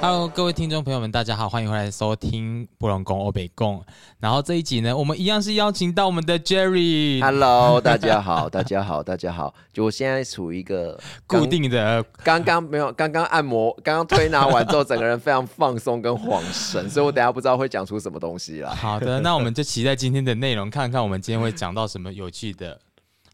Hello，各位听众朋友们，大家好，欢迎回来收听《布隆宫欧北贡》。然后这一集呢，我们一样是邀请到我们的 Jerry， Hello，大家好，大家好，大家好。就我现在处于一个刚固，定的刚刚没有，刚刚按摩，刚刚推拿完之后，整个人非常放松跟恍 神，所以我等一下不知道会讲出什么东西来。好的，那我们就期待今天的内容，看看我们今天会讲到什么有趣的。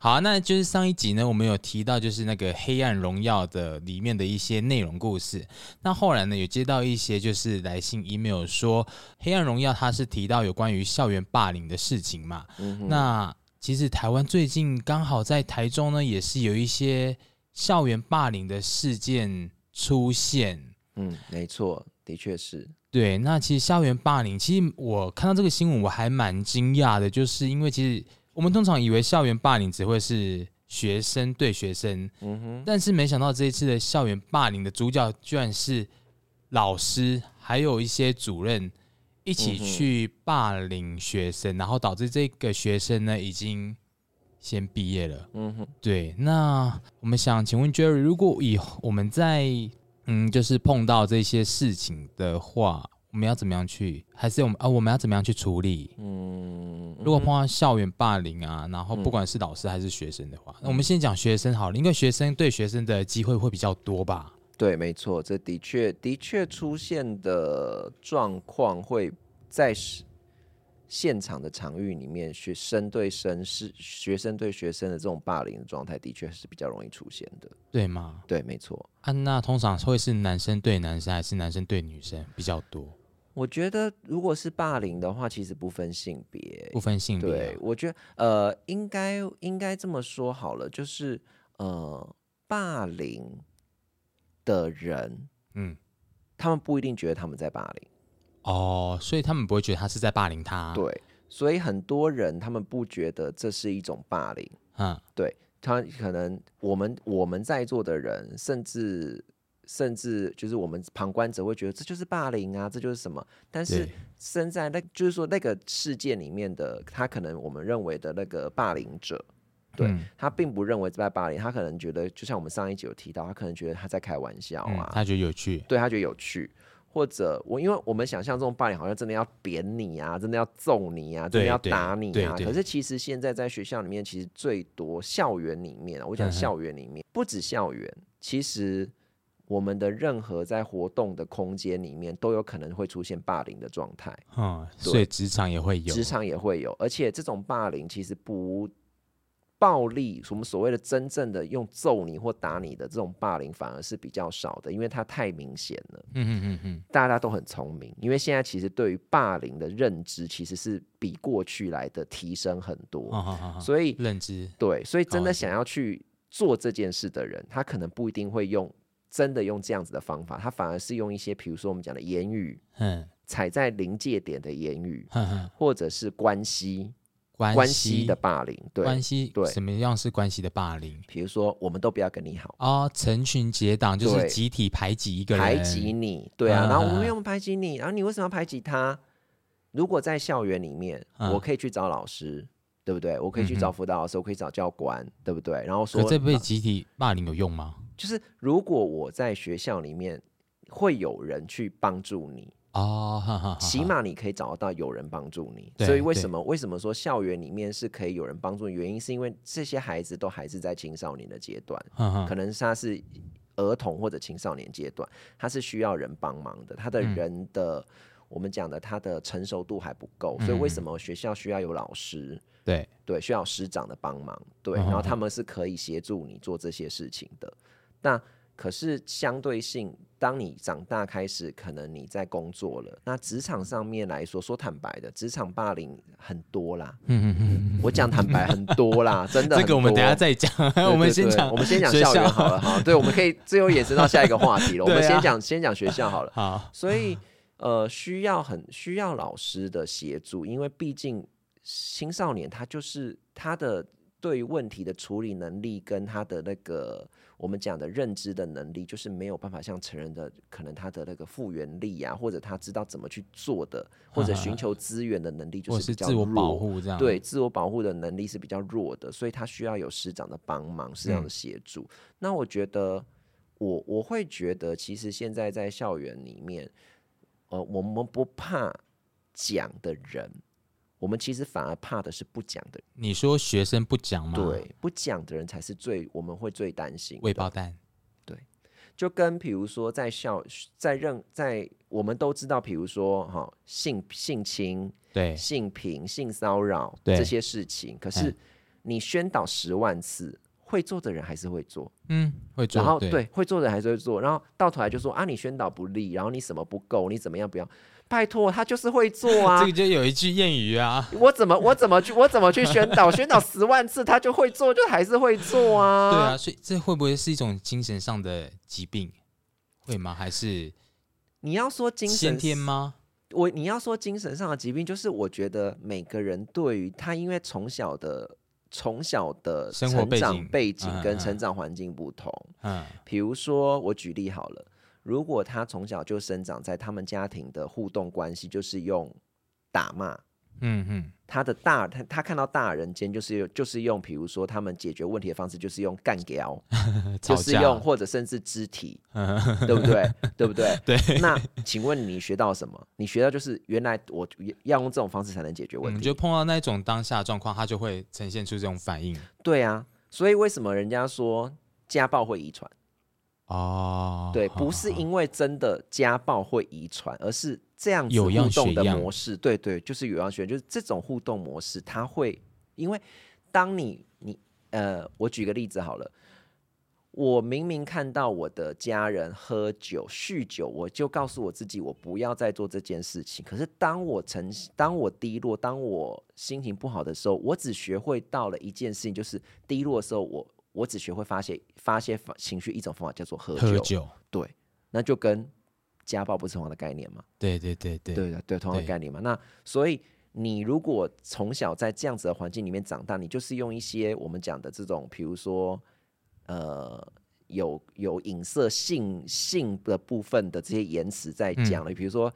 好、那就是上一集呢，我们有提到就是那个《黑暗荣耀》的里面的一些内容故事。那后来呢，有接到一些就是来信 email 说，《黑暗荣耀》它是提到有关于校园霸凌的事情嘛？那其实台湾最近刚好在台中呢，也是有一些校园霸凌的事件出现。嗯，没错，的确是。对，那其实校园霸凌，其实我看到这个新闻，我还蛮惊讶的，就是因为其实我们通常以为校园霸凌只会是学生对学生，嗯哼，但是没想到这一次的校园霸凌的主角居然是老师，还有一些主任一起嗯哼去霸凌学生，然后导致这个学生呢已经先毕业了。嗯哼，对，那我们想请问 Jerry，如果以后我们在嗯，就是碰到这些事情的话，我们要怎么样去？还是我们啊，我们要怎么样去处理？嗯，如果碰到校园霸凌啊，然后不管是老师还是学生的话，那我嗯们先讲学生好了，因为学生对学生的机会会比较多吧？对，没错，这的确的确出现的状况会在是现场的场域里面，学生对生是学生对学生的这种霸凌的状态，的确是比较容易出现的。对吗？对，没错。安、啊、娜通常会是男生对男生还是男生对女生比较多？我觉得如果是霸凌的话，其实不分性别。不分性别啊、对，我觉得呃，应该应该这么说好了，就是呃，霸凌的人，嗯，他们不一定觉得他们在霸凌。哦，所以他们不会觉得他是在霸凌他、，对，所以很多人他们不觉得这是一种霸凌。嗯，对他可能我们我们在座的人，甚至甚至就是我们旁观者会觉得这就是霸凌啊，这就是什么？但是对身在那就是说那个事件里面的他，可能我们认为的那个霸凌者，对嗯他并不认为在霸凌，他可能觉得就像我们上一集有提到，他可能觉得他在开玩笑嗯啊，他觉得有趣。对他觉得有趣。或者我，因为我们想象这种霸凌好像真的要扁你啊，真的要揍你啊，真对的要对打你对啊。对可是其实现在在学校里面，其实最多校园里面啊，嗯我讲哼校园里面、不止校园，其实我们的任何在活动的空间里面都有可能会出现霸凌的状态，嗯，对所以职场也会有，职场也会有，而且这种霸凌其实不。暴力，我们所谓的真正的用揍你或打你的这种霸凌，反而是比较少的，因为它太明显了。嗯嗯嗯嗯，大家都很聪明，因为现在其实对于霸凌的认知其实是比过去来的提升很多，哦好好好好，所以认知，对，所以真好的想要去做这件事的人，他可能不一定会用真的用这样子的方法，他反而是用一些比如说我们讲的言语，嗯，踩在临界点的言语，哼哼或者是关系关关系的霸凌，关对，系，对什么样是关系的霸凌？比如说我们都不要跟你好。哦，成群结党就是对集体排挤一个人，排挤你，对啊，嗯然后我嗯们嗯为什么排挤你？然后你为什么要排挤他？如果在校园里面，嗯我可以去找老师，对不对？我可以去找辅导老师，我可以找教官，对不对？然后可说，这被集体霸凌有用吗？就是如果我在学校里面会有人去帮助你，哦，哈哈，哈起哈码你可以找得到有人帮助你。对所以为对什么为什么说校园里面是可以有人帮助你？原因是因为这些孩子都还是在青少年的阶段，哼哼可能他是儿童或者青少年阶段，他是需要人帮忙的，他的嗯人的、我们讲的他的成熟度还不够，所以为什嗯么学校需要有老师？对，对，需要有师长的帮忙，对，嗯哼然后他们是可以协助你做这些事情的。那可是相对性，当你长大开始，可能你在工作了，那职场上面来说，说坦白的，职场霸凌很多啦。嗯嗯嗯我讲坦白很多啦，真的嗯，很多。 这个我们等一下再讲，对 我们对先对讲，我们先讲学校园校好了哈。对，我们可以最后延伸到下一个话 题了。我们对啊先讲先讲学校好 了。好，所以呃，需要很需要老师的协助，因为毕竟青少年他就是他的对于问题的处理能力跟他的那个我们讲的认知的能力，就是没有办法像成人的可能他的那个复原力啊，或者他知道怎么去做的，或者寻求资源的能力就或是是比较自我保弱护这样，对，自我保护的能力是比较弱的，所以他需要有师长的帮忙，师长的协助。那我觉得我我会觉得，其实现在在校园里面，呃，我们不怕讲的人，我们其实反而怕的是不讲的人。你说学生不讲吗？，对，不讲的人才是最我们会最担心的。未爆弹，就跟比如说在校在任在我们都知道，比如说哈、性性侵、对性平、性骚扰对这些事情，可哎是你宣导十万次，会做的人还是会做，嗯，会做，然后对会做的人还是会做，然后到头来就说啊，你宣导不力，然后你什么不够，你怎么样不要，拜托他就是会做啊这个。就有一句谚语啊，我怎么我怎么去我怎么去宣导？ 宣导十万次他就会做，就还是会做啊。对啊，所以这会不会是一种精神上的疾病？会吗？还是你要说精神先天吗？我你要说精神上的疾病，就是我觉得每个人对于他，因为从小的从小的生活成背长景背景嗯嗯跟嗯成长环境不同。嗯，比如说，我举例好了，如果他从小就生长在他们家庭的互动关系就是用打骂，嗯嗯，他的大他他看到大人间就是用就是用，比如说他们解决问题的方式就是用干掉，就嗯吵是架，用或者甚至肢体，嗯对不对？对不对？ 对。那请问你学到什么？你学到就是原来我要用这种方式才能解决我问们嗯题。就碰到那一种当下的状况，他就会呈现出这种反应对啊，所以为什么人家说家暴会遗传？哦。对，好不是好因为真的家暴会遗传，而是这样子有样互动学的样模式。对对，就是有样学样，就是这种互动模式，它会因为当你你呃，我举个例子好了。我明明看到我的家人喝酒、酗酒，我就告诉我自己，我不要再做这件事情。可是当我沉、当我低落、当我心情不好的时候，我只学会到了一件事情，就是低落的时候我，我只学会发泄、发泄发情绪一种方法，叫做喝酒，对，那就跟家暴不是同样的概念嘛？对对对对，对的，对，同样对的概念嘛。那所以你如果从小在这样子的环境里面长大，你就是用一些我们讲的这种，比如说呃。有有影射性性的部分的这些言辞在嗯讲了，比如说，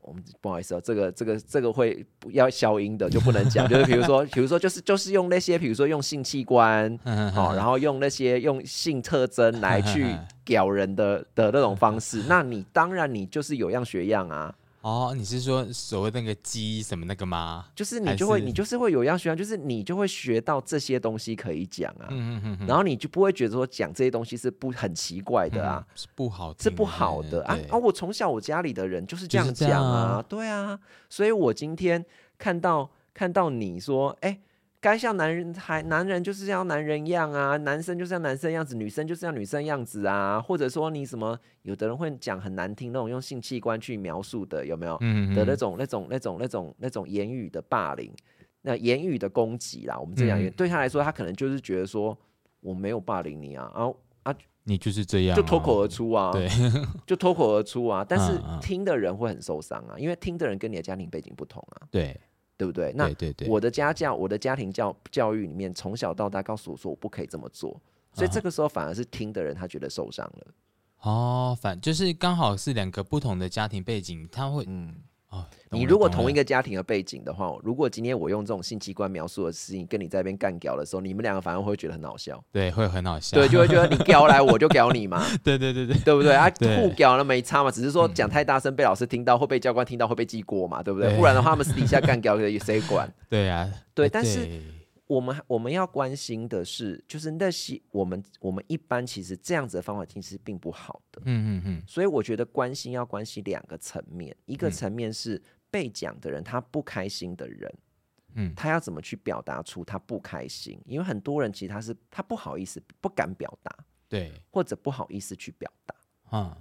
我们不好意思哦，这个这个这个会不要消音的就不能讲，就是比如说，比如说就是就是用那些，比如说用性器官， 嗯，好、好，哦然后用那些用性特征来去 屌人的的那种方式，那你当然你就是有样学样啊，哦，你是说所谓那个鸡什么那个吗？就是还你就会是你就是会有样学样，就是你就会学到这些东西可以讲啊，嗯嗯嗯嗯，然后你就不会觉得说讲这些东西是不很奇怪的啊。嗯是不好听的，是不好的啊！啊，对我从小我家里的人就是这就是样这讲样啊啊，对啊，所以我今天看到看到你说，哎、该像男人还男人就是要男人样啊，男生就是要男生样子，女生就是要女生样子啊，或者说你什么，有的人会讲很难听那种用性器官去描述的，有没有？嗯的那种那种那种那种那种言语的霸凌，那言语的攻击啦，我们这样言、嗯对他来说，他可能就是觉得说我没有霸凌你啊，然后你就是这样啊，就脱口而出啊， 对，就脱口而出啊。但是嗯嗯听的人会很受伤啊，因为听的人跟你的家庭背景不同啊，对，对不对？那对对对，我的家教，我的家庭教教育里面，从小到大告诉我说我不可以这么做，所以嗯这个时候反而是听的人他觉得受伤了。哦，反就是刚好是两个不同的家庭背景，他会嗯，哦，你如果同一个个家庭的背景的话，如果今天我用这种性器官描述的事情跟你在那边干屌的时候，你们两个反而会觉得很好 笑，对会很好笑，对，就会觉得你屌来我就屌你嘛， 对对对对，对不对 啊？对嗯互屌了没差嘛，只是说讲太大声被老师听到，会被教官听到，会被记过嘛，对不对？对不然的话，他们私底下干屌的谁 管？对啊，对哎但是我们我们要关心的是，就是那些我们我们一般其实这样子的方法其实并不好的，嗯嗯嗯，所以我觉得关心要关心两个层面，一个层面是被讲的人他不开心的人，嗯他要怎么去表达出他不开心？因为很多人其实他是他不好意思不敢表达，对，或者不好意思去表达。嗯，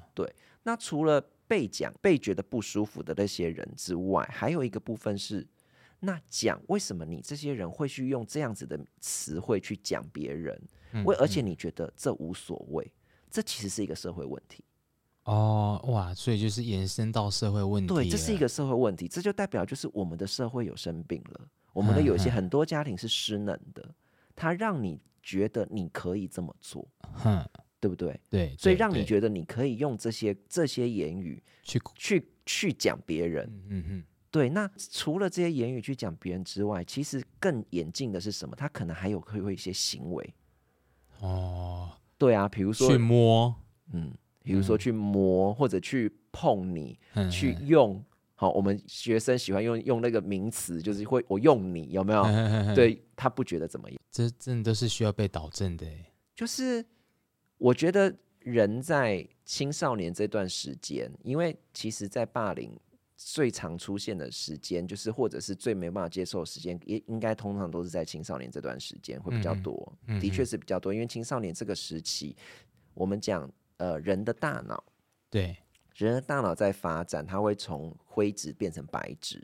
那除了被讲、被觉得不舒服的那些人之外，还有一个部分是，那讲为什么你这些人会去用这样子的词汇去讲别人？嗯为而且你觉得这无所谓，这其实是一个社会问题。哦哇，所以就是延伸到社会问题了，对，这是一个社会问题，这就代表就是我们的社会有生病了，我们的有一些嗯嗯很多家庭是失能的，它让你觉得你可以这么做，嗯，对不对？对，所以对让你对觉得你可以用这些这些言语去，去去讲别人，嗯嗯嗯，对，那除了这些言语去讲别人之外，其实更严禁的是什么？他可能还有会有一些行为。哦，对啊，比如说去摸，嗯，比如说去摸或者去碰你，嗯去用。好，我们学生喜欢用用那个名词，就是会我用你，有 没有？啊对他不觉得怎么样。这真的都是需要被导正的欸。就是我觉得人在青少年这段时间，因为其实，在霸凌最常出现的时间，就是或者是最没办法接受的时间，也应该通常都是在青少年这段时间会比较嗯嗯多，嗯的哼确是比较多，因为青少年这个时期，我们讲呃人的大脑。对，人的大脑在发展，它会从灰质变成白质，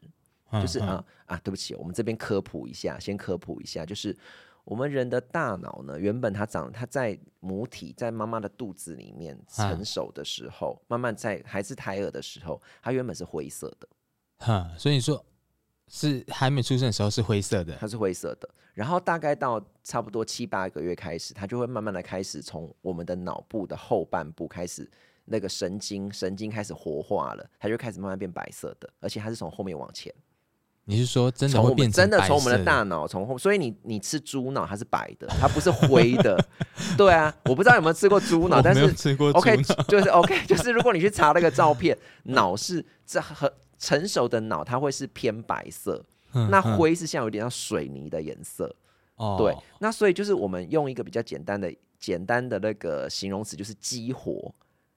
就就是啊啊，对不起，我们这边科普一下，先科普一下，就是我们人的大脑呢，原本它长，它在母体在妈妈的肚子里面啊成熟的时候，慢慢在还是胎儿的时候，它原本是灰色的，哈，所以你说是还没出生的时候是灰色的，它是灰色的。然后大概到差不多七八个月开始，它就会慢慢的开始从我们的脑部的后半部开始。那个神经神经开始活化了，它就开始慢慢变白色的，而且它是从后面往前。你是说真的从会我们变成真的白从我们色的大脑从后，所以你你吃猪脑它是白的，它不是灰 的。对啊，我不知道有没有吃过猪脑，我但没有是吃过 OK 猪脑就是 OK 就是如果你去查那个照片，脑是这很成熟的脑，它会是偏白色，嗯那嗯灰是像有点像水泥的颜色。哦对，那所以就是我们用一个比较简单的。简单的那个形容词就是激活，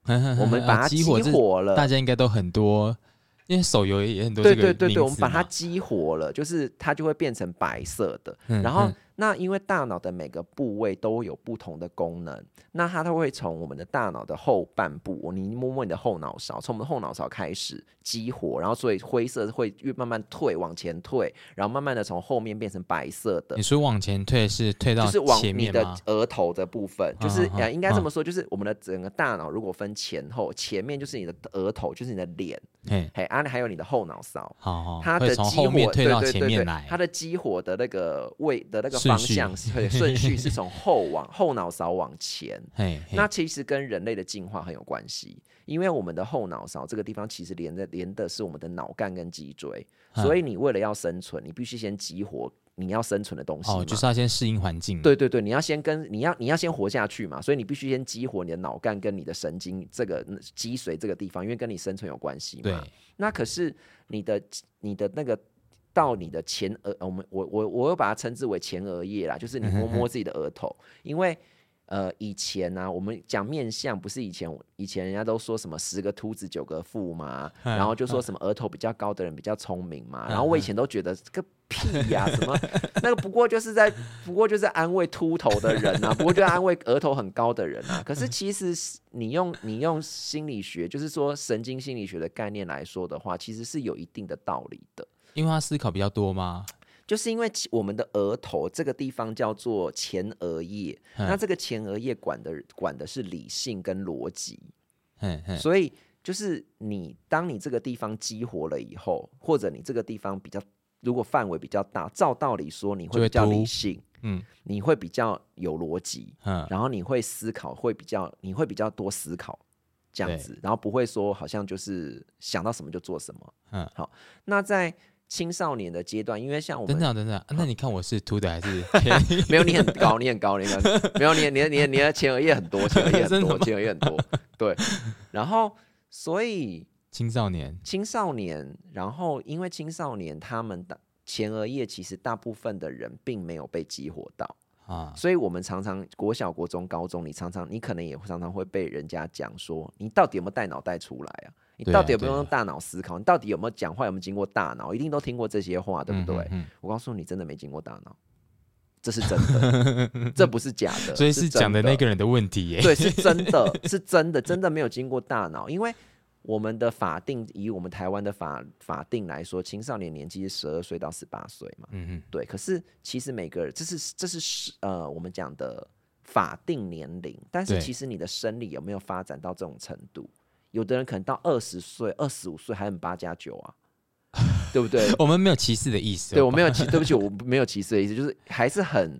嗯我们把它激激活啊这活了，大家应该都很多，因为手游也很多对这个对对对，名我们字把它嘛激活了，就是它就会变成白色的。嗯然后嗯，那因为大脑的每个部位都有不同的功能，那它都会从我们的大脑的后半部，你摸摸你的后脑勺，从我们的后脑勺开始激活，然后所以灰色会越慢慢退往前退，然后慢慢的从后面变成白色的你。说往前退是退就到是往前你面的吗？额头的部分，就是嗯嗯呃，嗯应该这嗯么说，就是我们的整个大脑如果分前后，前面就是你的额头，就是你的脸，嘿，嘿，啊，还有你的后脑勺，好好，它哦会的从激后活面退对到对前对面对来，它的激活的那个位的那个顺方序 向是对顺序是从后往后脑勺往前。嘿，嘿哦那其实跟人类的进化很有关系，因为我们的后脑勺这个地方其实连的连的是我们的脑干跟脊椎，嗯所以你为了要生存，你必须先激活你要生存的东西嘛。哦，就是要先适应环境，对对对，你要先跟你要你要先活下去嘛，所以你必须先激活你的脑干跟你的神经这个嗯脊髓这个地方，因为跟你生存有关系嘛。对，那可是你的你的那个到你的前额，呃我们我我我又把它称之为前额叶啦，就是你摸摸自己的额头，因为呃以前呢、我们讲面相，不是以前以前人家都说什么十个秃子九个富嘛，然后就说什么额头比较高的人比较聪明嘛，然后我以前都觉得这个。屁呀、什么那个不过就是在不过就是安慰秃头的人啊，不过就是安慰额头很高的人啊。可是其实是你用你用心理学，就是说神经心理学的概念来说的话，其实是有一定的道理的。因为他思考比较多嘛，就是因为其我们的额头这个地方叫做前额叶，嗯那这个前额叶管的管的是理性跟逻辑，嘿嘿，所以就是你当你这个地方激活了以后，或者你这个地方比较如果范围比较大，照道理说你就会会比较凸理性，嗯你会比较有逻辑，嗯，然后你会思考，会比较你会比较多思考这样对子，然后不会说好像就是想到什么就做什么。嗯，好，那在青少年的阶段，因为像我等们等等等，啊那你看我是秃的还是黑？ 没有你很高，你很高，你很高，没有你你你你的前额叶很多，前额叶很真的多，吗前额叶很多，对，然后所以青少年，青少年，然后因为青少年他们的前额叶其实大部分的人并没有被激活到。啊，所以我们常常国小、国中、高中，你常常你可能也会常常会被人家讲说，你到底有没有带脑袋出来啊？你对啊到底有没有对啊用大脑思考？你到底有没有讲话？有没有经过大脑？一定都听过这些话，对不对？嗯嗯我告诉你，真的没经过大脑，这是真的，这不是假的，嗯所以是是讲的真那个人的问题耶，对，是真的，是真的，真的没有经过大脑，因为我们的法定以我们台湾的法法定来说，青少年年纪是十二岁到十八岁嘛，嗯嗯，对，可是其实每个人，这是这是是呃我们讲的法定年龄，但是对其实你的生理有没有发展到这种程度？有的人可能到二十岁、二十五岁还很八加九啊，对不对？我们没有歧视的意思哦，对我没有歧，对不起，我没有歧视的意思，就是还是很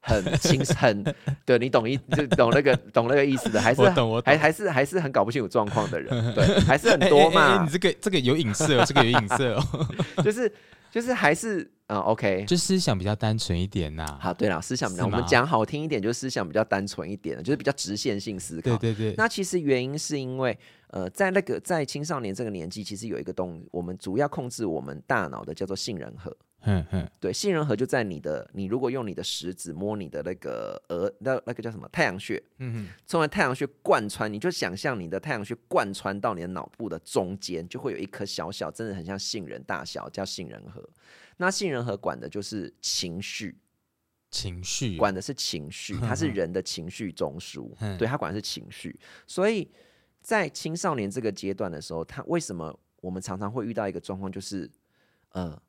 很轻很，对你懂意，就懂那个懂那个意思的，还是我懂我懂还还是还是很搞不清楚状况的 人，对，还是很哎多哎哎哎 嘛你，这个这个有影射哦，这个有影射哦，就是就是还是啊，OK，就思想比较单纯一点呐、好，对了，思想比较，是我们吗讲好听一点，就是思想比较单纯一点，就是比较直线性思对考。对对，那其实原因是因为，呃，在那个在青少年这个年纪，其实有一个东，我们主要控制我们大脑的叫做杏仁核。哼哼，对，杏仁核就在你的，你如果用你的食指摸你的那个额，那那个叫什么太阳穴，嗯从而太阳穴贯穿，你就想象你的太阳穴贯穿到你的脑部的中间，就会有一颗小小，真的很像杏仁大小，叫杏仁核。那杏仁核管的就是情绪，情绪管的是情绪，它是人的情绪中枢，嗯对，它管的是情绪。所以在青少年这个阶段的时候，他为什么我们常常会遇到一个状况，就是呃，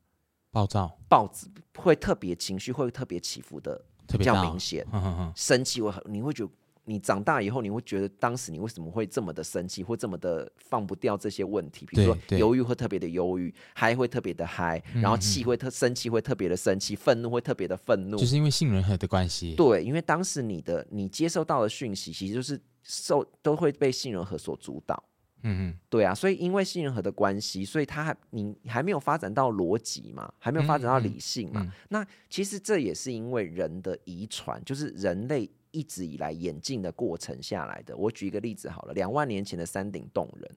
暴躁暴子会特别情绪会特别起伏的特比别较大明，显，哼哼哼，生气我很你会觉得。你长大以后，你会觉得当时你为什么会这么的生气，或这么的放不掉这些问题？比如说对嗯对忧郁会特别的忧郁，嗨会特别的嗨，然后气会特生气会特别的生气，愤怒会特别的愤怒，就是因为杏仁核的关系，对，因为当时你的你接收到的讯息，其实就是受都会被杏仁核所主导。嗯对啊，所以因为杏仁核的关系，所以它还你还没有发展到逻辑嘛，还没有发展到理性嘛。嗯嗯那其实这也是因为人的遗传，就是人类一直以来演进的过程下来的。我举一个例子好了，两万年前的山顶洞人，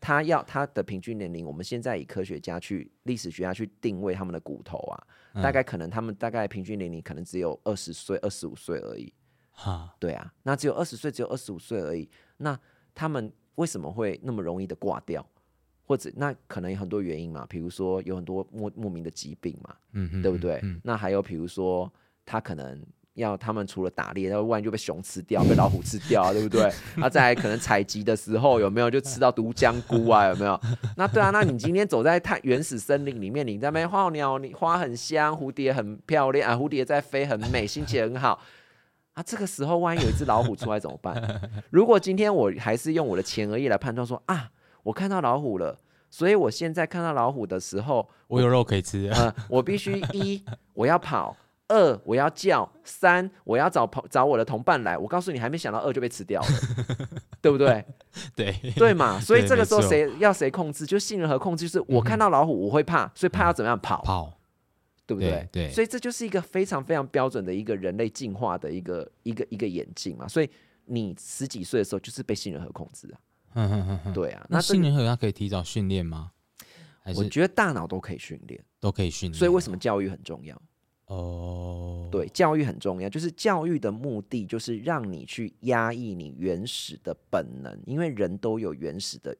他要他的平均年龄，我们现在以科学家去历史学家去定位他们的骨头啊，嗯大概可能他们大概平均年龄可能只有二十岁、二十五岁而已。哼，哈，对啊，那只有二十岁，只有二十五岁而已。那他们为什么会那么容易的挂掉？或者那可能有很多原因嘛，比如说有很多莫莫名的疾病嘛，嗯哼，对不对？嗯，那还有比如说他可能要他们除了打猎，要不然就被熊吃掉，被老虎吃掉、啊，对不对？那再来可能采集的时候有没有就吃到毒浆菇啊？有没有？那对啊，那你今天走在太原始森林里面，你在那边候鸟，你花很香，蝴蝶很漂亮啊，蝴蝶在飞很美，心情很好。啊，这个时候万一有一只老虎出来怎么办？ 如果今天我还是用我的前额叶来判断说啊，我看到老虎了，所以我现在看到老虎的时候，我有肉可以吃，啊呃，我必须一我要跑，二我要叫，三我要找朋找我的同伴来。我告诉你，还没想到二就被吃掉了，对不对？ 对，对嘛？所以对这个没时候错谁要谁控制，就杏仁核控制，就是我看到老虎我会怕，所以怕要怎么样跑，嗯跑，对不对对？对所以这就是一个非常非常标准的一个人类进化的一个一个一个演进嘛。所以你十几岁的时候就是被杏仁核控制啊，哼哼哼哼，对啊。嗯那那这杏个仁核它可以提早训练吗？还我是嗯觉得大脑都可以训练，都可以训练？啊所以为什么教育很重要？哦，对，教育很重要，就是教育的目的就是让你去压抑你原始的本能，因为人都有原始的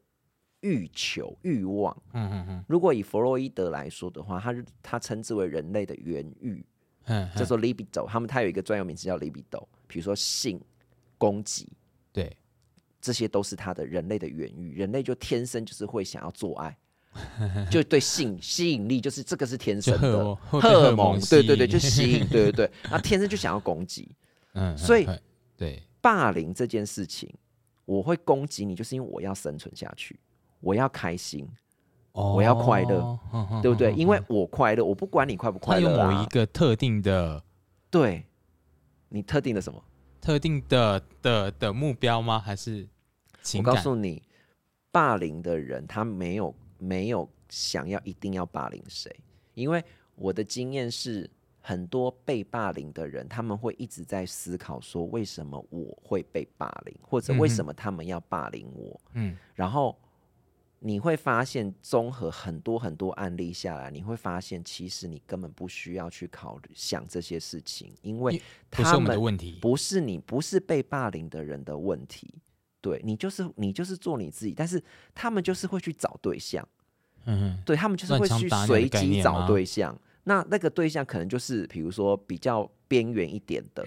欲求、欲望。嗯，嗯嗯如果以弗洛伊德来说的话，他他称之为人类的原欲，嗯叫嗯，做 libido。他们他有一个专有名词叫 libido，比如说性、攻击，对，这些都是他的人类的原欲。人类就天生就是会想要做 爱。就对性吸引力，就是这个是天就生荷的尔会被荷荷尔尔蒙，蒙对对吸对，引就吸引，对 对对，那天生就想要攻击，嗯，嗯所以会对，霸凌这件事情，我会攻击你，就是因为我要生存下去，我要开心，哦，我要快乐哼，哼对不对？哼因为我快乐，我不管你快不它快嗯有乐某一啊。个特定的、对，你特定的什么？特定的的的目标吗？还是我情告感？诉你，霸凌的人他没有没有想要一定要霸凌谁，因为我的经验是，很多被霸凌的人，他们会一直在思考说，为什么我会被霸凌，或者嗯哼为什么他们要霸凌我？嗯，然后你会发现，综合很多很多案例下来，你会发现，其实你根本不需要去考虑想这些事情，因为因不是他我们的们问题。不是你，不是被霸凌的人的问题。对你就是你就是做你自己，但是他们就是会去找对象，嗯，嗯对他们就是乱会枪去打鸟的随概机念找吗对象。那那个对象可能就是比如说比较边缘一点的，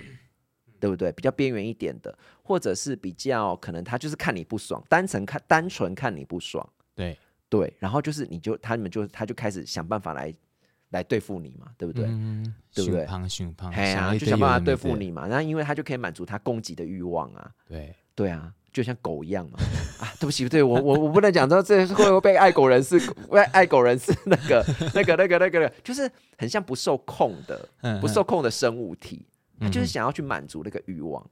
对不对？比较边缘一点的，或者是比较可能他就是看你不爽，单纯看单纯看你不爽，对，对，然后就是你就他们就他就开始想办法来来对付你嘛，对不对？嗯，对不熊对胖熊胖，嘿想啊，了一就堆想有办的法没对付的。你嘛，那因为他就可以满足他攻击的欲望啊，对，对啊，就像狗一样嘛。 啊，对不起，对我我我不能讲到这会不会被爱狗人士，被爱狗人士那个 那个那个那个，就是很像不受控的、嗯不嗯受控的生物体，它就是嗯想要去满足那个欲望。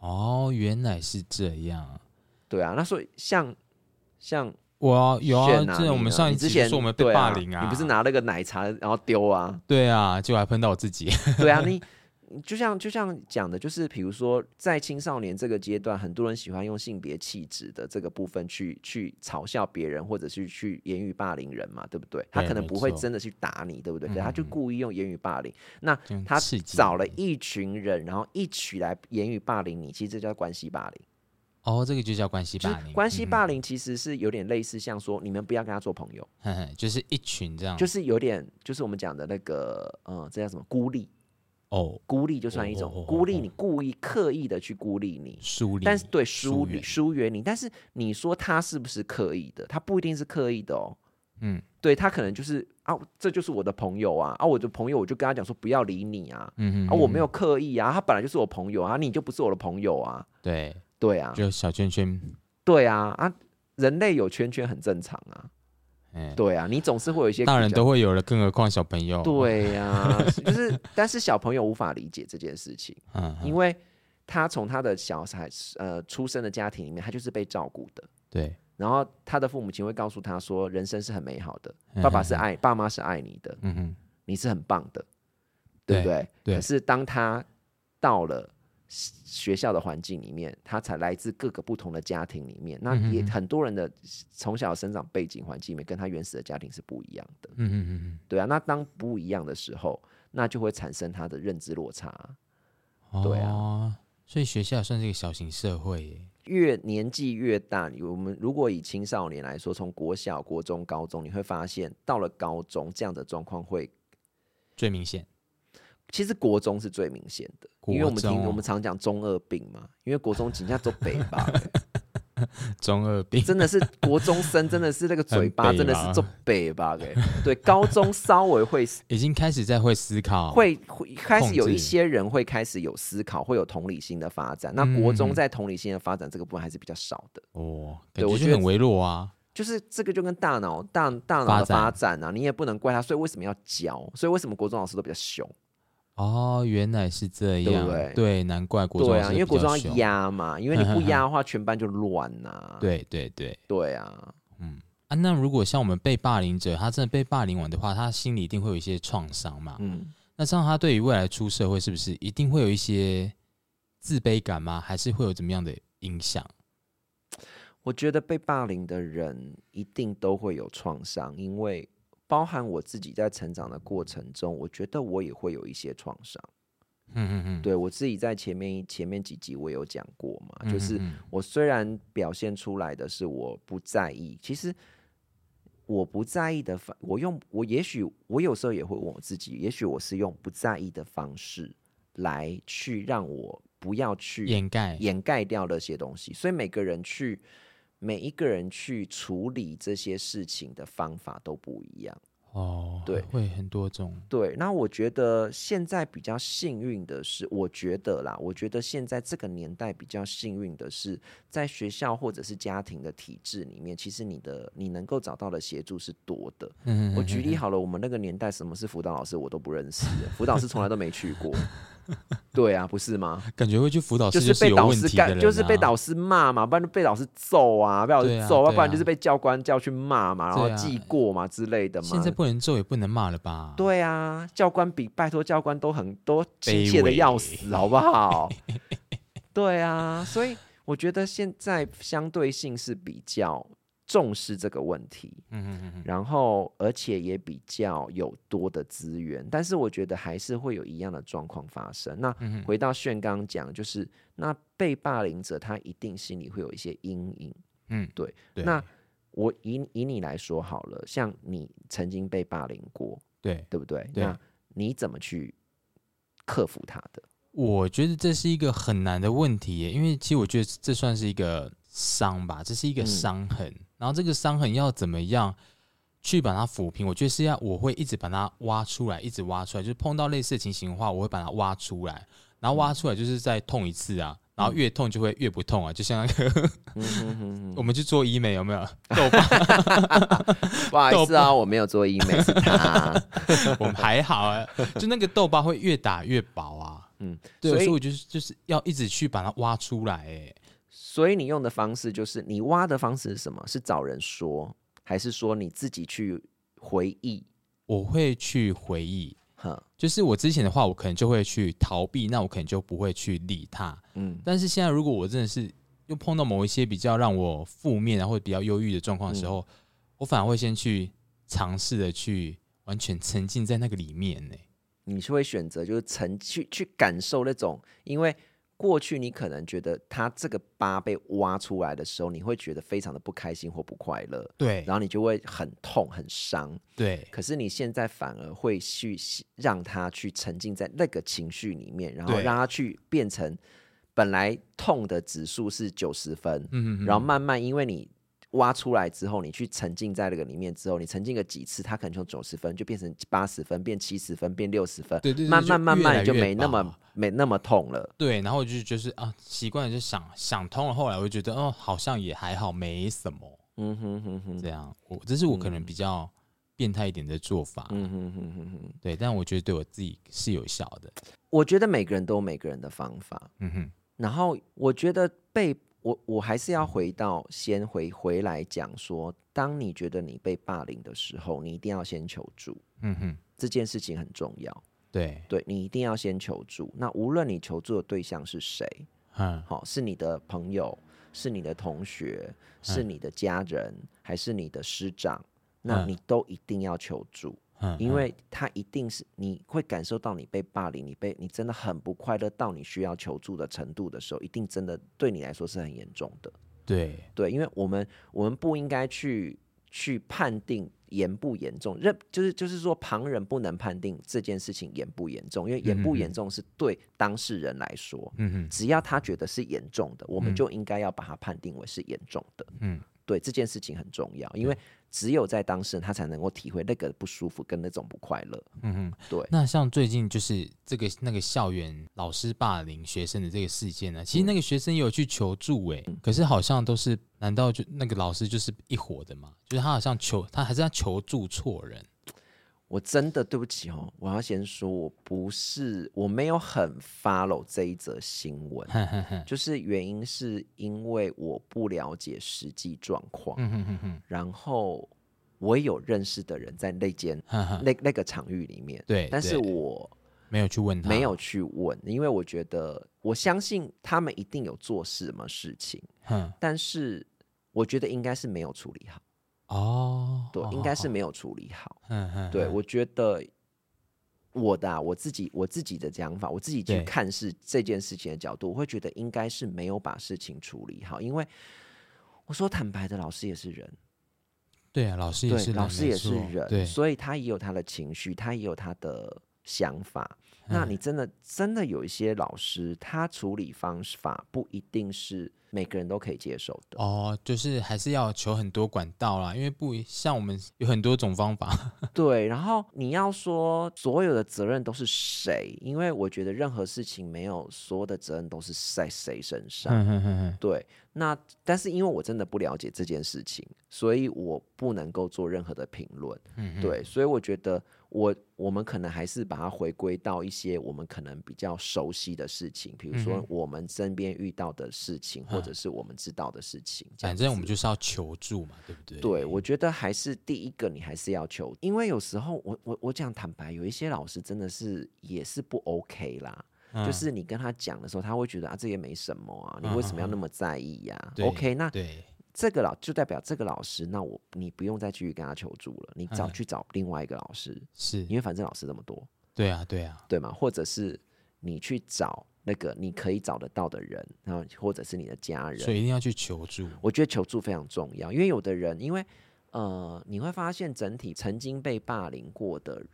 哦，原来是这样。对啊，那所以像像我啊有啊，炫啊这我你们啊上一你之集前就说我们被对霸凌啊，你不是拿那个奶茶然后丢啊？对啊，就还喷到我自己， 对啊，你你就像就像讲的，就是比如说在青少年这个阶段，很多人喜欢用性别气质的这个部分去去嘲笑别人，或者是去言语霸凌人嘛，对不对？他对可能没不会错真的去打你，对不对？嗯可他就嗯嗯故意用言语霸凌。那就很他刺激找了一群人，然后一起来言语霸凌你，其实这叫关系霸凌。哦，这个就叫关系就霸是凌，关系嗯霸凌其实是有点类似，像说你们不要跟他做朋友，嗯哼哼就是一群这样，就是有点就是我们讲的那个，嗯，这叫什么孤立？哦，孤立就算一哦哦哦种哦孤立，哦你故意刻意的去孤立你，疏离，但是对疏疏离远疏远你，但是你说他是不是刻意的？他不一定是刻意的哦。嗯对他可能就是啊，这就是我的朋友啊，啊，我的朋友我就跟他讲说不要理你啊，嗯嗯，啊，我嗯没有刻意啊，他本来就是我朋友啊，你就不是我的朋友啊，对，对啊，就小圈圈，对啊，啊，人类有圈圈很正常啊，哎，对啊，你总是会有一些大人比较都会有了，更何况小朋友，，对呀、就是但是小朋友无法理解这件事情，嗯，因嗯为他从他的小孩呃出生的家庭里面，他就是被照顾的，对，然后他的父母亲会告诉他说，人生是很美好的，嗯爸爸是，爱，爸妈是爱你的，嗯哼，你是很棒的，对不对？对可是当他到了。学校的环境里面，他才来自各个不同的家庭里面，那嗯哼也哼很多人的从小生长背景环境里面，跟他原始的家庭是不一样的。嗯嗯嗯对啊，那当不一样的时候，那就会产生他的认知落差啊。嗯，对啊啊，所以学校算是一个小型社会耶，越年纪越大，你我们如果以青少年来说，从国小、国中、高中，你会发现到了高中这样的状况会，最明显，其实国中是最明显的，因为我们国听中哦我们常讲中二病嘛，因为国中紧下走北吧，中二病，真的是国中生真的是那个嘴巴很北吧啊真的是走北吧，给对高中稍 微会已经开始在会思考，，会会开始有哦控一制些人会开始有思考，会有同理心的发展。那嗯国嗯中嗯在同理心的发展这个部分还是比较少的，哦，对感我觉就觉得很微弱啊，就是这个就跟大脑大大脑的发发展啊，你也不能怪他，所以为什么要教？所以为什么国中老师都比较凶？哦，原来是这对不样，对难怪国中对老啊，师因为比国较中要凶，压嘛，因为你不压的话，全班就乱呐、，对对对，对啊，嗯。啊，那如果像我们被霸凌者，他真的被霸凌完的话，他心里一定会有一些创伤嘛。嗯，那这样他对于未来出社会是不是一定会有一些自卑感吗？还是会有怎么样的影响？我觉得被霸凌的人一定都会有创伤，因为包含我自己在成长的过程中，我觉得我也会有一些创伤。嗯嗯嗯，对我自己在前面前面几集我有讲过嘛，就是嗯嗯我虽然表现出来的是我不在意，其实我不在意的方，我用我也许我有时候也会问我自己，也许我是用不在意的方式来去让我不要去嗯掩盖，掩盖掉那些东西，所以每个人去每一个人去处理这些事情的方法都不一样。哦，对会很多种，对，那我觉得现在比较幸运的是，我觉得啦，我觉得现在这个年代比较幸运的是，在学校或者是家庭的体制里面，其实你的你能够找到的协助是多的。嗯，我举例好了，我们那个年代什么是辅导老师，我都不认识，辅导老师从来都没去过。 对啊，不是吗？感觉会去辅导就室是被有导问师题的人、干，啊，就是被导师骂嘛，不然就被老师揍啊，被老师对啊揍，要、对不然啊就是被教官叫去骂嘛，然后对啊记过嘛之类的嘛。现在不能揍也不能骂了吧？，对啊，教官比拜托教官都很都亲切的卑要微死，好 不好？对啊，所以我觉得现在相对性是比较重视这个问题，嗯嗯嗯嗯，然后而且也比较有多的资源，但是我觉得还是会有一样的状况发生。那嗯哼回到炫刚讲，就是那被霸凌者他一定心里会有一些阴影。嗯，对，对，那我以以你来说好了，像你曾经被霸凌过，对，对不对？对那你怎么去克服它的？我觉得这是一个很难的问题耶，因为其实我觉得这算是一个伤吧，这是一个嗯伤痕。然后这个伤痕要怎么样去把它抚平？我觉得是要我会一直把它挖出来，一直挖出来。就是碰到类似的情形的话，我会把它挖出来，然后挖出来就是再痛一次啊，然后越痛就会越不痛啊。就像那个嗯哼哼 我哼们去做医美有没有？痘疤不好意思啊，我没有做医美，是他。啊我们还好啊，就那个痘疤会越打越薄啊。嗯，对，所所以以我就是就是要一直去把它挖出来，哎，所以你用的方式就是你挖的方式是什么？是找人说，还是说你自己去回忆？我会去回忆，哼，就是我之前的话，我可能就会去逃避，那我可能就不会去理他。嗯但是现在，如果我真的是又碰到某一些比较让我负面啊，或者比较忧郁的状况的时候，嗯我反而会先去尝试的去完全沉浸在那个里面呢、你是会选择就是沉去去感受那种，因为过去你可能觉得他这个疤被挖出来的时候，你会觉得非常的不开心或不快乐，对然后你就会很痛很伤。对可是你现在反而会去喜让他去沉浸在那个情绪里面，然后对让他去变成本来痛的指数是九十分，嗯嗯嗯然后慢慢因为你挖出来之后，你去沉浸在那个里面之后，你沉浸个几次，他可能从九十分就变成八十分，变七十分，变六十分，对对对慢就慢慢越来慢就越没那么薄没那么痛了。对，然后我就就是啊，习惯了就想想通了，后来我就觉得哦，好像也还好，没什么。嗯哼哼哼，这样，我这是我可能比较变态一点的做法，嗯哼哼哼哼，对，但我觉得对我自己是有效的，我觉得每个人都有每个人的方法，嗯哼，然后我觉得被我我还是要回到先回回来讲说，当你觉得你被霸凌的时候，你一定要先求助，嗯哼，这件事情很重要。对，对你一定要先求助。那无论你求助的对象是谁，嗯，好、是你的朋友，是你的同学，是你的家人，还是你的师长，那嗯你都一定要求助。嗯因为他一定是你会感受到你被霸凌，你被你真的很不快乐到你需要求助的程度的时候，一定真的对你来说是很严重的。嗯对，对，因为我们我们不应该去去判定严不严重，任就是就是说旁人不能判定这件事情严不严重，因为严不严重是对当事人来说，嗯哼，只要他觉得是严重的，我们就应该要把它判定为是严重的。嗯，对，这件事情很重要，因为只有在当事人他才能够体会那个不舒服跟那种不快乐。嗯哼，对那像最近就是这个那个校园老师霸凌学生的这个事件呢、其实那个学生也有去求助哎、嗯可是好像都是，难道就那个老师就是一伙的吗？就是他好像求他还是他求助错人，我真的对不起哦，我要先说，我不是我没有很 follow 这一则新闻，哼哼哼，就是原因是因为我不了解实际状况，嗯哼哼哼然后我有认识的人在那间哼哼，那那个场域里面，嗯对但是对我没有去问他，没有，去问，因为我觉得我相信他们一定有做什么事情，哼，但是我觉得应该是没有处理好，哦，嗯对，好应该是，好没有处理好。好哼哼，对，哼我觉得我的啊、我自己我自己的讲法，我自己去对看是这件事情的角度，我会觉得应该是没有把事情处理好，因为我说坦白的，老师也是人，对啊，老师也对是，人，老师也没是错对人，，所以他也有他的情绪，他也有他的想法。那嗯你真的真的有一些老师，他处理方法不一定是每个人都可以接受的。哦，就是还是要求很多管道啦，因为不像我们有很多种方法。 对，然后你要说所有的责任都是谁？因为我觉得任何事情没有所有的责任都是在谁身 上。嗯哼哼哼，对，那但是因为我真的不了解这件事情，所以我不能够做任何的评论。嗯哼，对，所以我觉得我我们可能还是把它回归到一些我们可能比较熟悉的事情，比如嗯说哼嗯我们身边遇到的事情，或者是我们知道的事情。这反样正我子们就是要求助嘛，对不对？对，我觉得还是第一个，你还是要求，因为有时候我我我讲坦白，有一些老师真的是也是不 OK 啦。嗯，就是你跟他讲的时候，他会觉得啊，这也没什么啊，你为什么要那么在意呀、对 OK，那对，这个老就代表这个老师，那我你不用再继续跟他求助了，你找嗯去找另外一个老师，是因，为反正老师那么多，对啊，对啊，对吗？或者是你去找那个你可以找得到的人，然后或者是你的家人所，以一定要去求助。我觉得求助非常重要，因为有的人，因为呃，你会发现整体曾经被霸凌过的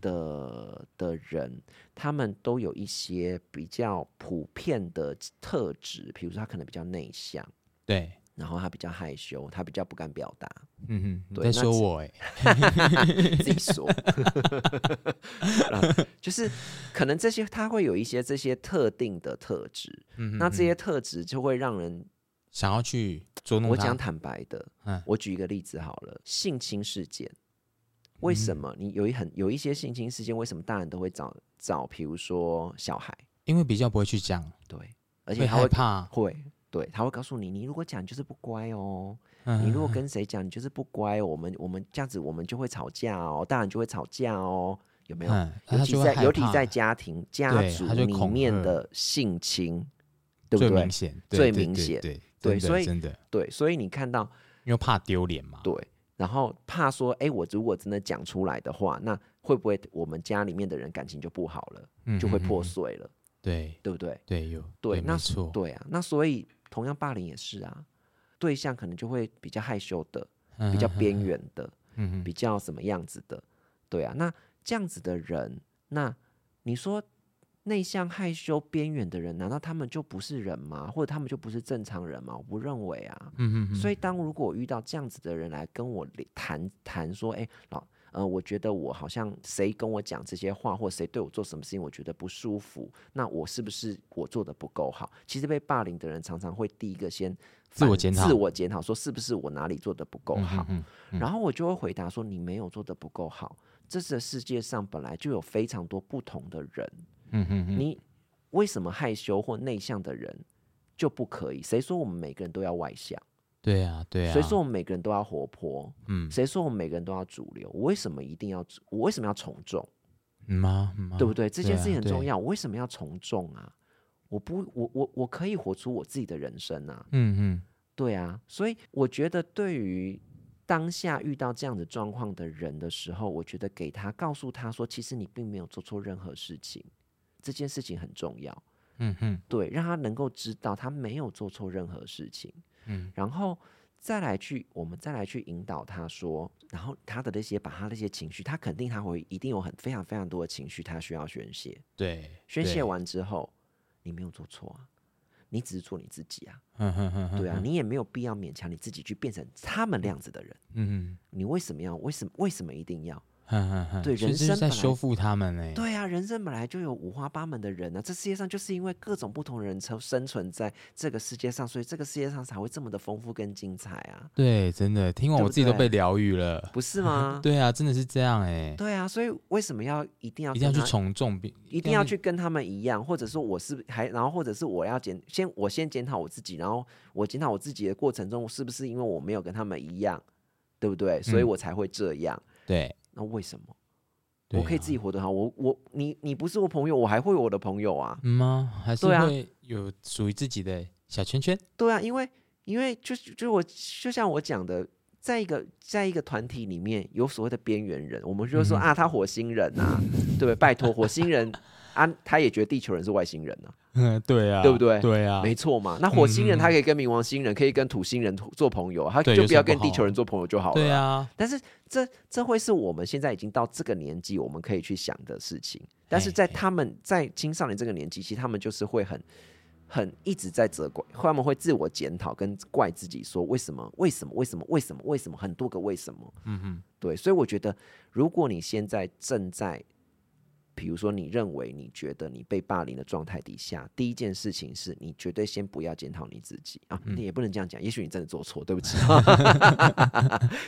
的的人，他们都有一些比较普遍的特质，比如说他可能比较内向，对，然后他比较害羞，他比较不敢表达，嗯哼，你对在那说只我哎，自己 说，然后就是可能这些他会有一些这些特定的特质，嗯哼那这哼些特质就会让人想要去捉弄我他讲，坦白的，嗯我举一个例子好了，性侵事件，为什么你有一很有一些性侵事件，为什么大人都会找找，比如说小孩，因为比较不会去讲，对，而且会他害会怕，会对，他会告诉你，你如果讲你就是不乖哦，嗯你如果跟谁讲你就是不乖哦，我们我们这样子我们就会吵架哦，大人就会吵架哦，有没有？嗯，尤他其就会在害尤其怕在家庭家对族他就里恐面吓的性侵，对最不对明？显，对最对明对显对对真的所以真的，对，所以你看到因为怕丢脸嘛，对，然后怕说，哎，我如果真的讲出来的话，那会不会我们家里面的人感情就不好了，嗯就会嗯嗯破嗯碎了，对对不对？对有对那没是错，对啊，那所以同样霸凌也是啊，对象可能就会比较害羞的，比较边缘的，嗯嗯比较什么样子的，对啊。那这样子的人，那你说内向、害羞、边缘的人，难道他们就不是人吗？或者他们就不是正常人吗？我不认为啊。嗯嗯，所以以，当如果我遇到这样子的人来跟我聊谈谈说，哎、老，呃，我觉得我好像谁跟我讲这些话，或谁对我做什么事情，我觉得不舒服，那我是不是我做的不够好？其实被霸凌的人常常会第一个先自我反检讨自我检讨说是不是我哪里做的不够好，嗯嗯然后我就会回答说你没有做的不够好。这是世界上本来就有非常多不同的人，嗯嗯嗯，你为什么害羞或内向的人就不可以？谁说我们每个人都要外向？对啊对啊，谁说我们每个人都要活泼？嗯谁说我们每个人都要主流？我为什么一定要？我为什么要从众？嗯吗嗯吗对不对？这件事情很对啊重对要。我为什么要从众啊？我不，我我我可以活出我自己的人生啊！嗯对啊，所以我觉得对于当下遇到这样的状况的人的时候，我觉得给他告诉他说，其实你并没有做错任何事情，这件事情很重要。嗯嗯嗯对，让他能够知道他没有做错任何事情，嗯，然后再来去我们再来去引导他说，然后他的那些把他那些情绪，他肯定他会一定有很非常非常多的情绪，他需要宣泄，对，宣泄对，完之后，你没有做错啊，你只是做你自己啊，嗯嗯嗯嗯对啊，你也没有必要勉强你自己去变成他们那样子的人，嗯你为什么要为什么为什么一定要？嗯嗯嗯，对所以人这就是生在本来修复他们呢，对啊，人生本来就有五花八门的人啊，这世界上就是因为各种不同的人才生存在这个世界上，所以这个世界上才会这么的丰富跟精彩啊，对，真的，听完对我不自己都被对疗愈了。不是吗？对啊，真的是这样哎，对啊，所以为什么要一定要一定要跟去他从众，比一定要去跟他们一样，或者说我是不还，然后或者是我要检先我先检讨我自己，然后我检讨我自己的过程中，是不是因为我没有跟他们一样，对不对？所以嗯我才会这样。对，那为什么？对我可以啊自己活得好，我我你你不是我朋友，我还会有我的朋友啊。嗯吗？还是对啊会有属于自己的小圈圈？对啊，因为因为就是就我就像我讲的，在一个在一个团体里面有所谓的边缘人，我们就会说、嗯哼啊，他火星人啊，对不对？拜托，火星人啊，他也觉得地球人是外星人啊，嗯，对啊，对不对对啊，没错嘛。那火星人嗯他可以跟冥王星人，可以跟土星人做朋友，他对就有不什么要不跟地好球人做朋友就好了。对。啊，但是这这会是我们现在已经到这个年纪，我们可以去想的事情。但是嘿在嘿他们在青少年这个年纪，其实他们就是会很很一直在责怪，他们会自我检讨跟怪自己说为什么为什么为什么为什么为什么很多个为什么。嗯嗯，对，所以我觉得，如果你现在正在，比如说你认为你觉得你被霸凌的状态底下，第一件事情是你绝对先不要检讨你自己啊，嗯你也不能这样讲，也许你真的做错，对 不起，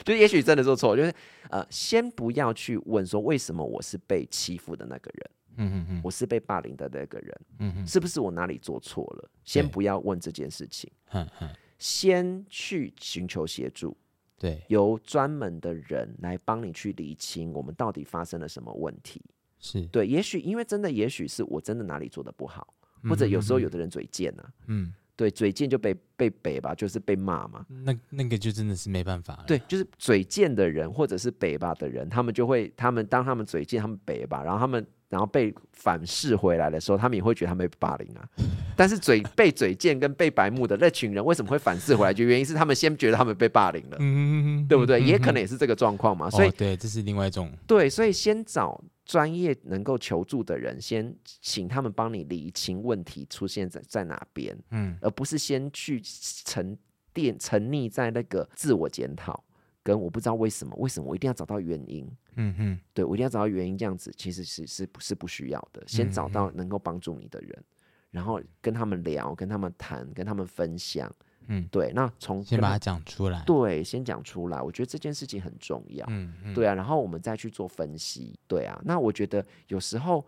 就是也许真的做错，就是呃，先不要去问说为什么我是被欺负的那个人，嗯嗯嗯我是被霸凌的那个人，嗯嗯是不是我哪里做错了？先对不要问这件事情，嗯嗯，先去寻求协助。对，由专门的人来帮你去理清我们到底发生了什么问题。是，对，也许因为真的，也许是我真的哪里做的不好，或者有时候有的人嘴贱啊，嗯，对，嘴贱就被被北吧，就是被骂嘛。嗯，那那个就真的是没办法了。对，就是嘴贱的人或者是北吧的人，他们就会，他们当他们嘴贱，他们北吧，然后他们然后被反噬回来的时候，他们也会觉得他们被霸凌啊。但是嘴被嘴贱跟被白目的那群人为什么会反噬回来？就原因是他们先觉得他们被霸凌了，嗯，嗯，嗯嗯对不对？嗯也嗯可嗯能也是这个状况嘛。所以哦对，这是另外一种，对，所以先找专业能够求助的人，先请他们帮你理清问题出现在在哪边，嗯，而不是先去沉淀沉溺在那个自我检讨，跟我不知道为什么，为什么我一定要找到原因。嗯嗯，对我一定要找到原因，这样子其实是是不是不需要的。先找嗯到能够帮助你的人，然后跟他们聊，跟他们谈，跟他们分享。嗯对，那从先跟把他它讲出来。对先讲出来，我觉得这件事情很重要。嗯嗯，对啊，然后我们再去做分析，对啊。那我觉得有时候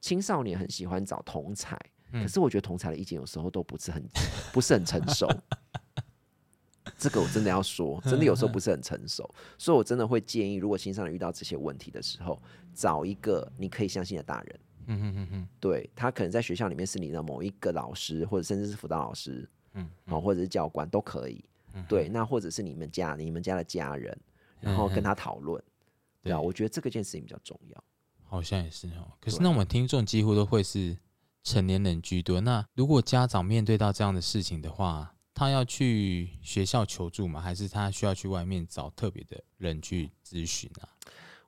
青少年很喜欢找同才，可是我觉得同才的意见有时候都不是很不是很成熟。 这个我真的要说，真的有时候不是很成熟，所以我真的会建议，如果青少年遇到这些问题的时候，找一个你可以相信的大人。嗯哼哼哼，对他可能在学校里面是你的某一个老师，或者甚至是辅导老师，嗯，哦，或者是教官都可以。对，那或者是你们家你们家的家人，然后跟他讨论。对啊，对我觉得这个件事情比较重要。好像也是哦。可是对那我们听众几乎都会是成年人居多。那如果家长面对到这样的事情的话，他要去学校求助吗？还是他需要去外面找特别的人去咨询啊？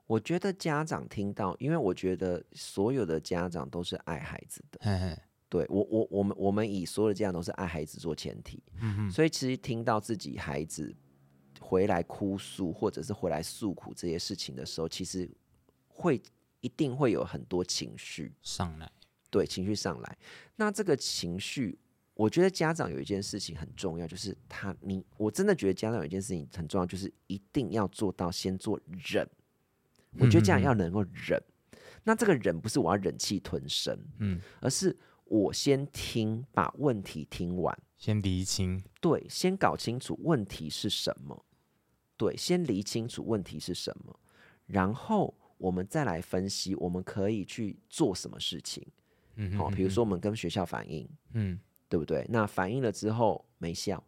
我觉得家长听到，因为我觉得所有的家长都是爱孩子的。嘿嘿，对我，我我们我们以所有的家长都是爱孩子做前提，嗯所以其实听到自己孩子回来哭诉或者是回来诉苦这些事情的时候，其实会一定会有很多情绪，上来，对情绪上来。那这个情绪，我觉得家长有一件事情很重要，就是他你我真的觉得家长有一件事情很重要，就是一定要做到先做忍。我觉得家长要能够忍。那这个忍不是我要忍气吞声，嗯，而是我先听，把问题听完。先厘清，对，先搞清楚问题是什么，对，先理清楚问题是什么，然后我们再来分析我们可以去做什么事情。嗯哼好、比如说我们跟学校反映，嗯，对不对？那反映了之后没效，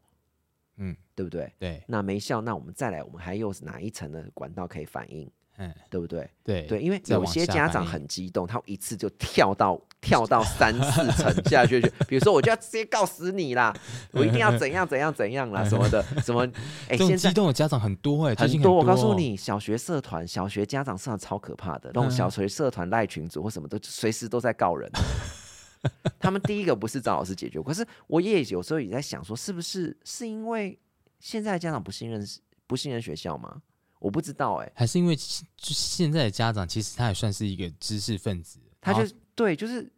嗯，对不对？对，那没效，那我们再来，我们还有哪一层的管道可以反映？嗯，对不对？对，对，因为再有往些下家反长映很激动，他一次就跳到跳到三四层下去，就比如说我就要直接告死你啦，我一定要怎样怎样怎样啦什么的，什么哎、这种现激在。动的家长很多哎、最近很很多，我告哦诉，你，小学社团、小学家长社团超可怕的，那嗯种小学社团赖群组或什么都随时都在告人。 他们第一个不是找老师解决，可是我也有时候也在想说，是不是是因为现在的家长不信任不信任学校吗？我不知道哎、还是因为其就现在的家长其实他也算是一个知识分子，他然就后是对，就是，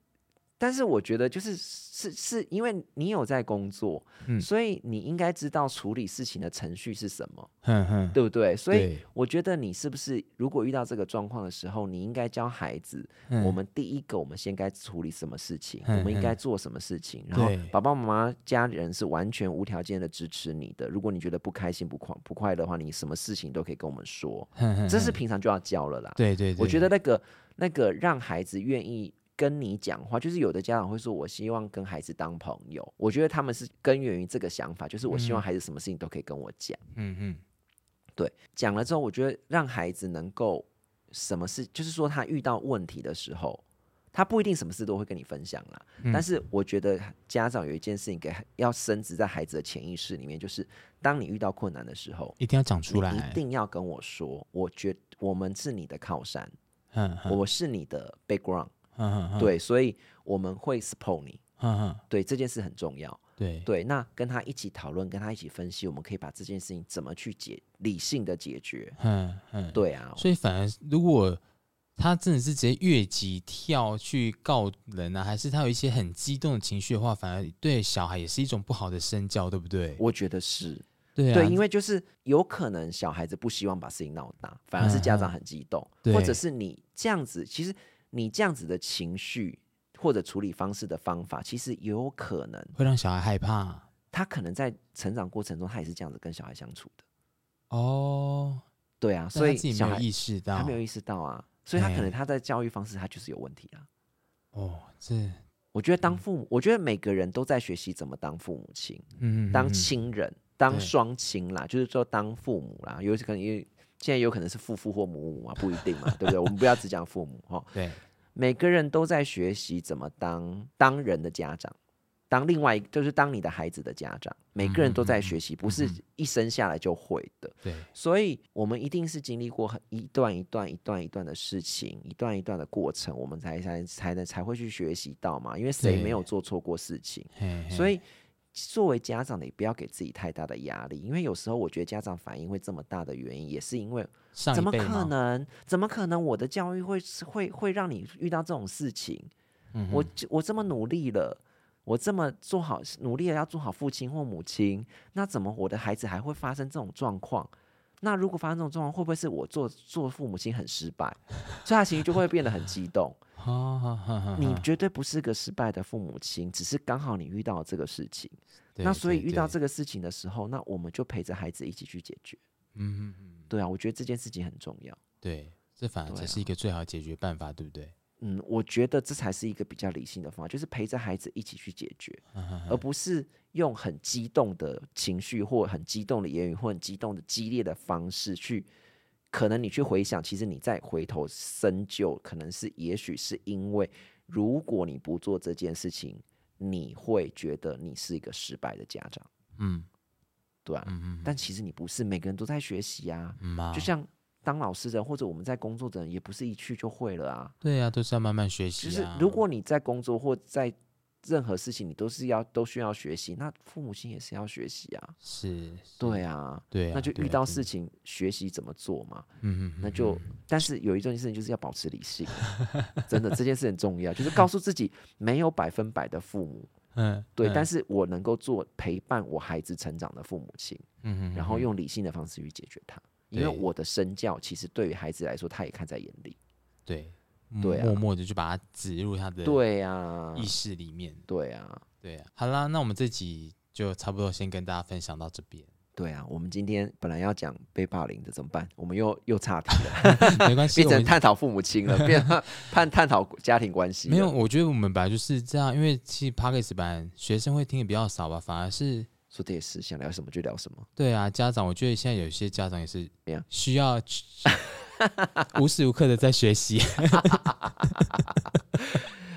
但是我觉得就是是是因为你有在工作，嗯所以你应该知道处理事情的程序是什么，哼哼，对不对？所以对我觉得你是不是如果遇到这个状况的时候，你应该教孩子，嗯我们第一个我们先该处理什么事情，我们应该嗯嗯做什么事情，然后对爸爸妈妈家人是完全无条件的支持你的。如果你觉得不开心、不快不快乐的话，你什么事情都可以跟我们说，哼哼这是哼平常就要教了啦。对嗯对对，我觉得那个那个让孩子愿意跟你讲话，就是有的家长会说，我希望跟孩子当朋友。我觉得他们是根源于这个想法，就是我希望孩子什么事情都可以跟我讲。嗯嗯对，讲了之后，我觉得让孩子能够什么事，就是说他遇到问题的时候。他不一定什么事都会跟你分享啦，嗯但是我觉得家长有一件事情给要深植在孩子的潜意识里面，就是当你遇到困难的时候，一定要讲你出来，一定要跟我说，我觉我们是你的靠山，嗯哼我是你的 background，哼哼，对，所以我们会 support 你，哼哼对这件事很重要。对对，那跟他一起讨论，跟他一起分析，我们可以把这件事情怎么去解理性的解决。嗯嗯，对啊，所以反而如果他真的是直接越级跳去告人啊，还是他有一些很激动的情绪的话，反而对小孩也是一种不好的身教，对不对？我觉得是对啊，对，因为就是有可能小孩子不希望把事情闹大，反而是家长很激动，嗯对或者是你这样子，其实你这样子的情绪或者处理方式的方法，其实有可能会让小孩害怕他可能在成长过程中，他也是这样子跟小孩相处的。哦，对啊，但他所以自己小没有孩意识到，他没有意识到啊，所以他可哎能他在教育方式他就是有问题啊。哦，这嗯我觉得当父母，我觉得每个人都在学习怎么当父母亲、嗯，嗯当嗯亲人、当对双亲啦，就是说当父母啦，有可能因为现在有可能是父父或母母啊，不一定 嘛，对不对？我们不要只讲父母哈，对，每个人都在学习怎么当当人的家长。当另外一就是当你的孩子的家长，每个人嗯都在学习，不是一生下来就会的。对，所以我们一定是经历过很一段一段一段一段的事情，一段一段的过程，我们才才才能才会去学习到嘛。因为谁对没有做错过事情？嘿嘿所以作为家长的，也不要给自己太大的压力，因为有时候我觉得家长反应会这么大的原因，也是因为上一怎么辈可吗？能？怎么可能？我的教育会是会会让你遇到这种事情？嗯我我这么努力了，我这么做好努力了要做好父亲或母亲，那怎么我的孩子还会发生这种状况？那如果发生这种状况，会不会是我做做父母亲很失败？所以他情绪就会变得很激动，哈哈哈哈你绝对不是个失败的父母亲，只是刚好你遇到了这个事情。那所以遇到，对对这个事情的时候，那我们就陪着孩子一起去解决。嗯嗯嗯，对啊，我觉得这件事情很重要。对，这反而对才啊是一个最好解决办法，对不对？嗯，我觉得这才是一个比较理性的方法，就是陪着孩子一起去解决，嗯而不是用很激动的情绪或很激动的言语或很激动的激烈的方式去。可能你去回想，其实你再回头深究，可能是也许是因为，如果你不做这件事情，你会觉得你是一个失败的家长，嗯对啊，嗯嗯但其实你不是，每个人都在学习啊。嗯啊就像当老师的人或者我们在工作的人，也不是一去就会了啊。对啊，都是要慢慢学习就啊。是如果你在工作或在任何事情，你都是要都需要学习，那父母亲也是要学习啊。是对啊，对啊，那就对遇啊到对事情，学习怎么做嘛。嗯嗯嗯那就，但是有一件事情就是要保持理性， 真的这件事很重要，就是告诉自己没有百分百的父母，嗯，对，嗯但是我能够做陪伴我孩子成长的父母亲，嗯嗯，然后用理性的方式去解决它。因为对我的身教，其实对于孩子来说，他也看在眼里。对对啊默默的就把它植入他的对啊，意识里面。对啊，对啊，好啦，那我们这集就差不多先跟大家分享到这 边，对啊，我们今天本来要讲被霸凌的怎么办？我们又又岔题了， 没关系，变我成们探讨父母亲了，变成探探讨家庭关系了。没有，我觉得我们本来就是这样，因为其实 p o d c a s 版学生会听的比较少吧，反而是说这也是想聊什么就聊什么。对啊，家长，我觉得现在有些家长也是怎样需 要无时无刻的在学习，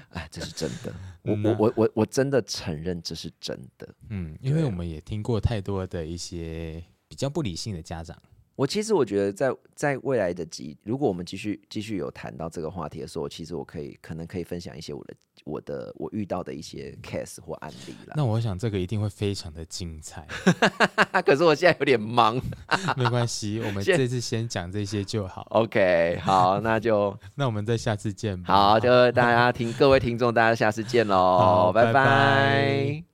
哎，这是真的， 嗯我呐我我我我真的承认这是真的。嗯，因对为啊我们也听过太多的一些比较不理性的家长，我其实我觉得在在未来的集，如果我们继续继续有谈到这个话题的时候，其实我可以可能可以分享一些我的我的我遇到的一些 case 或案例啦。那我想这个一定会非常的精 彩，可是我现在有点忙。没关系，我们现这次先讲这些就好， OK，好，那就那我们再下次见吧，好，就大家听各位听众，大家下次见喽好，拜拜拜拜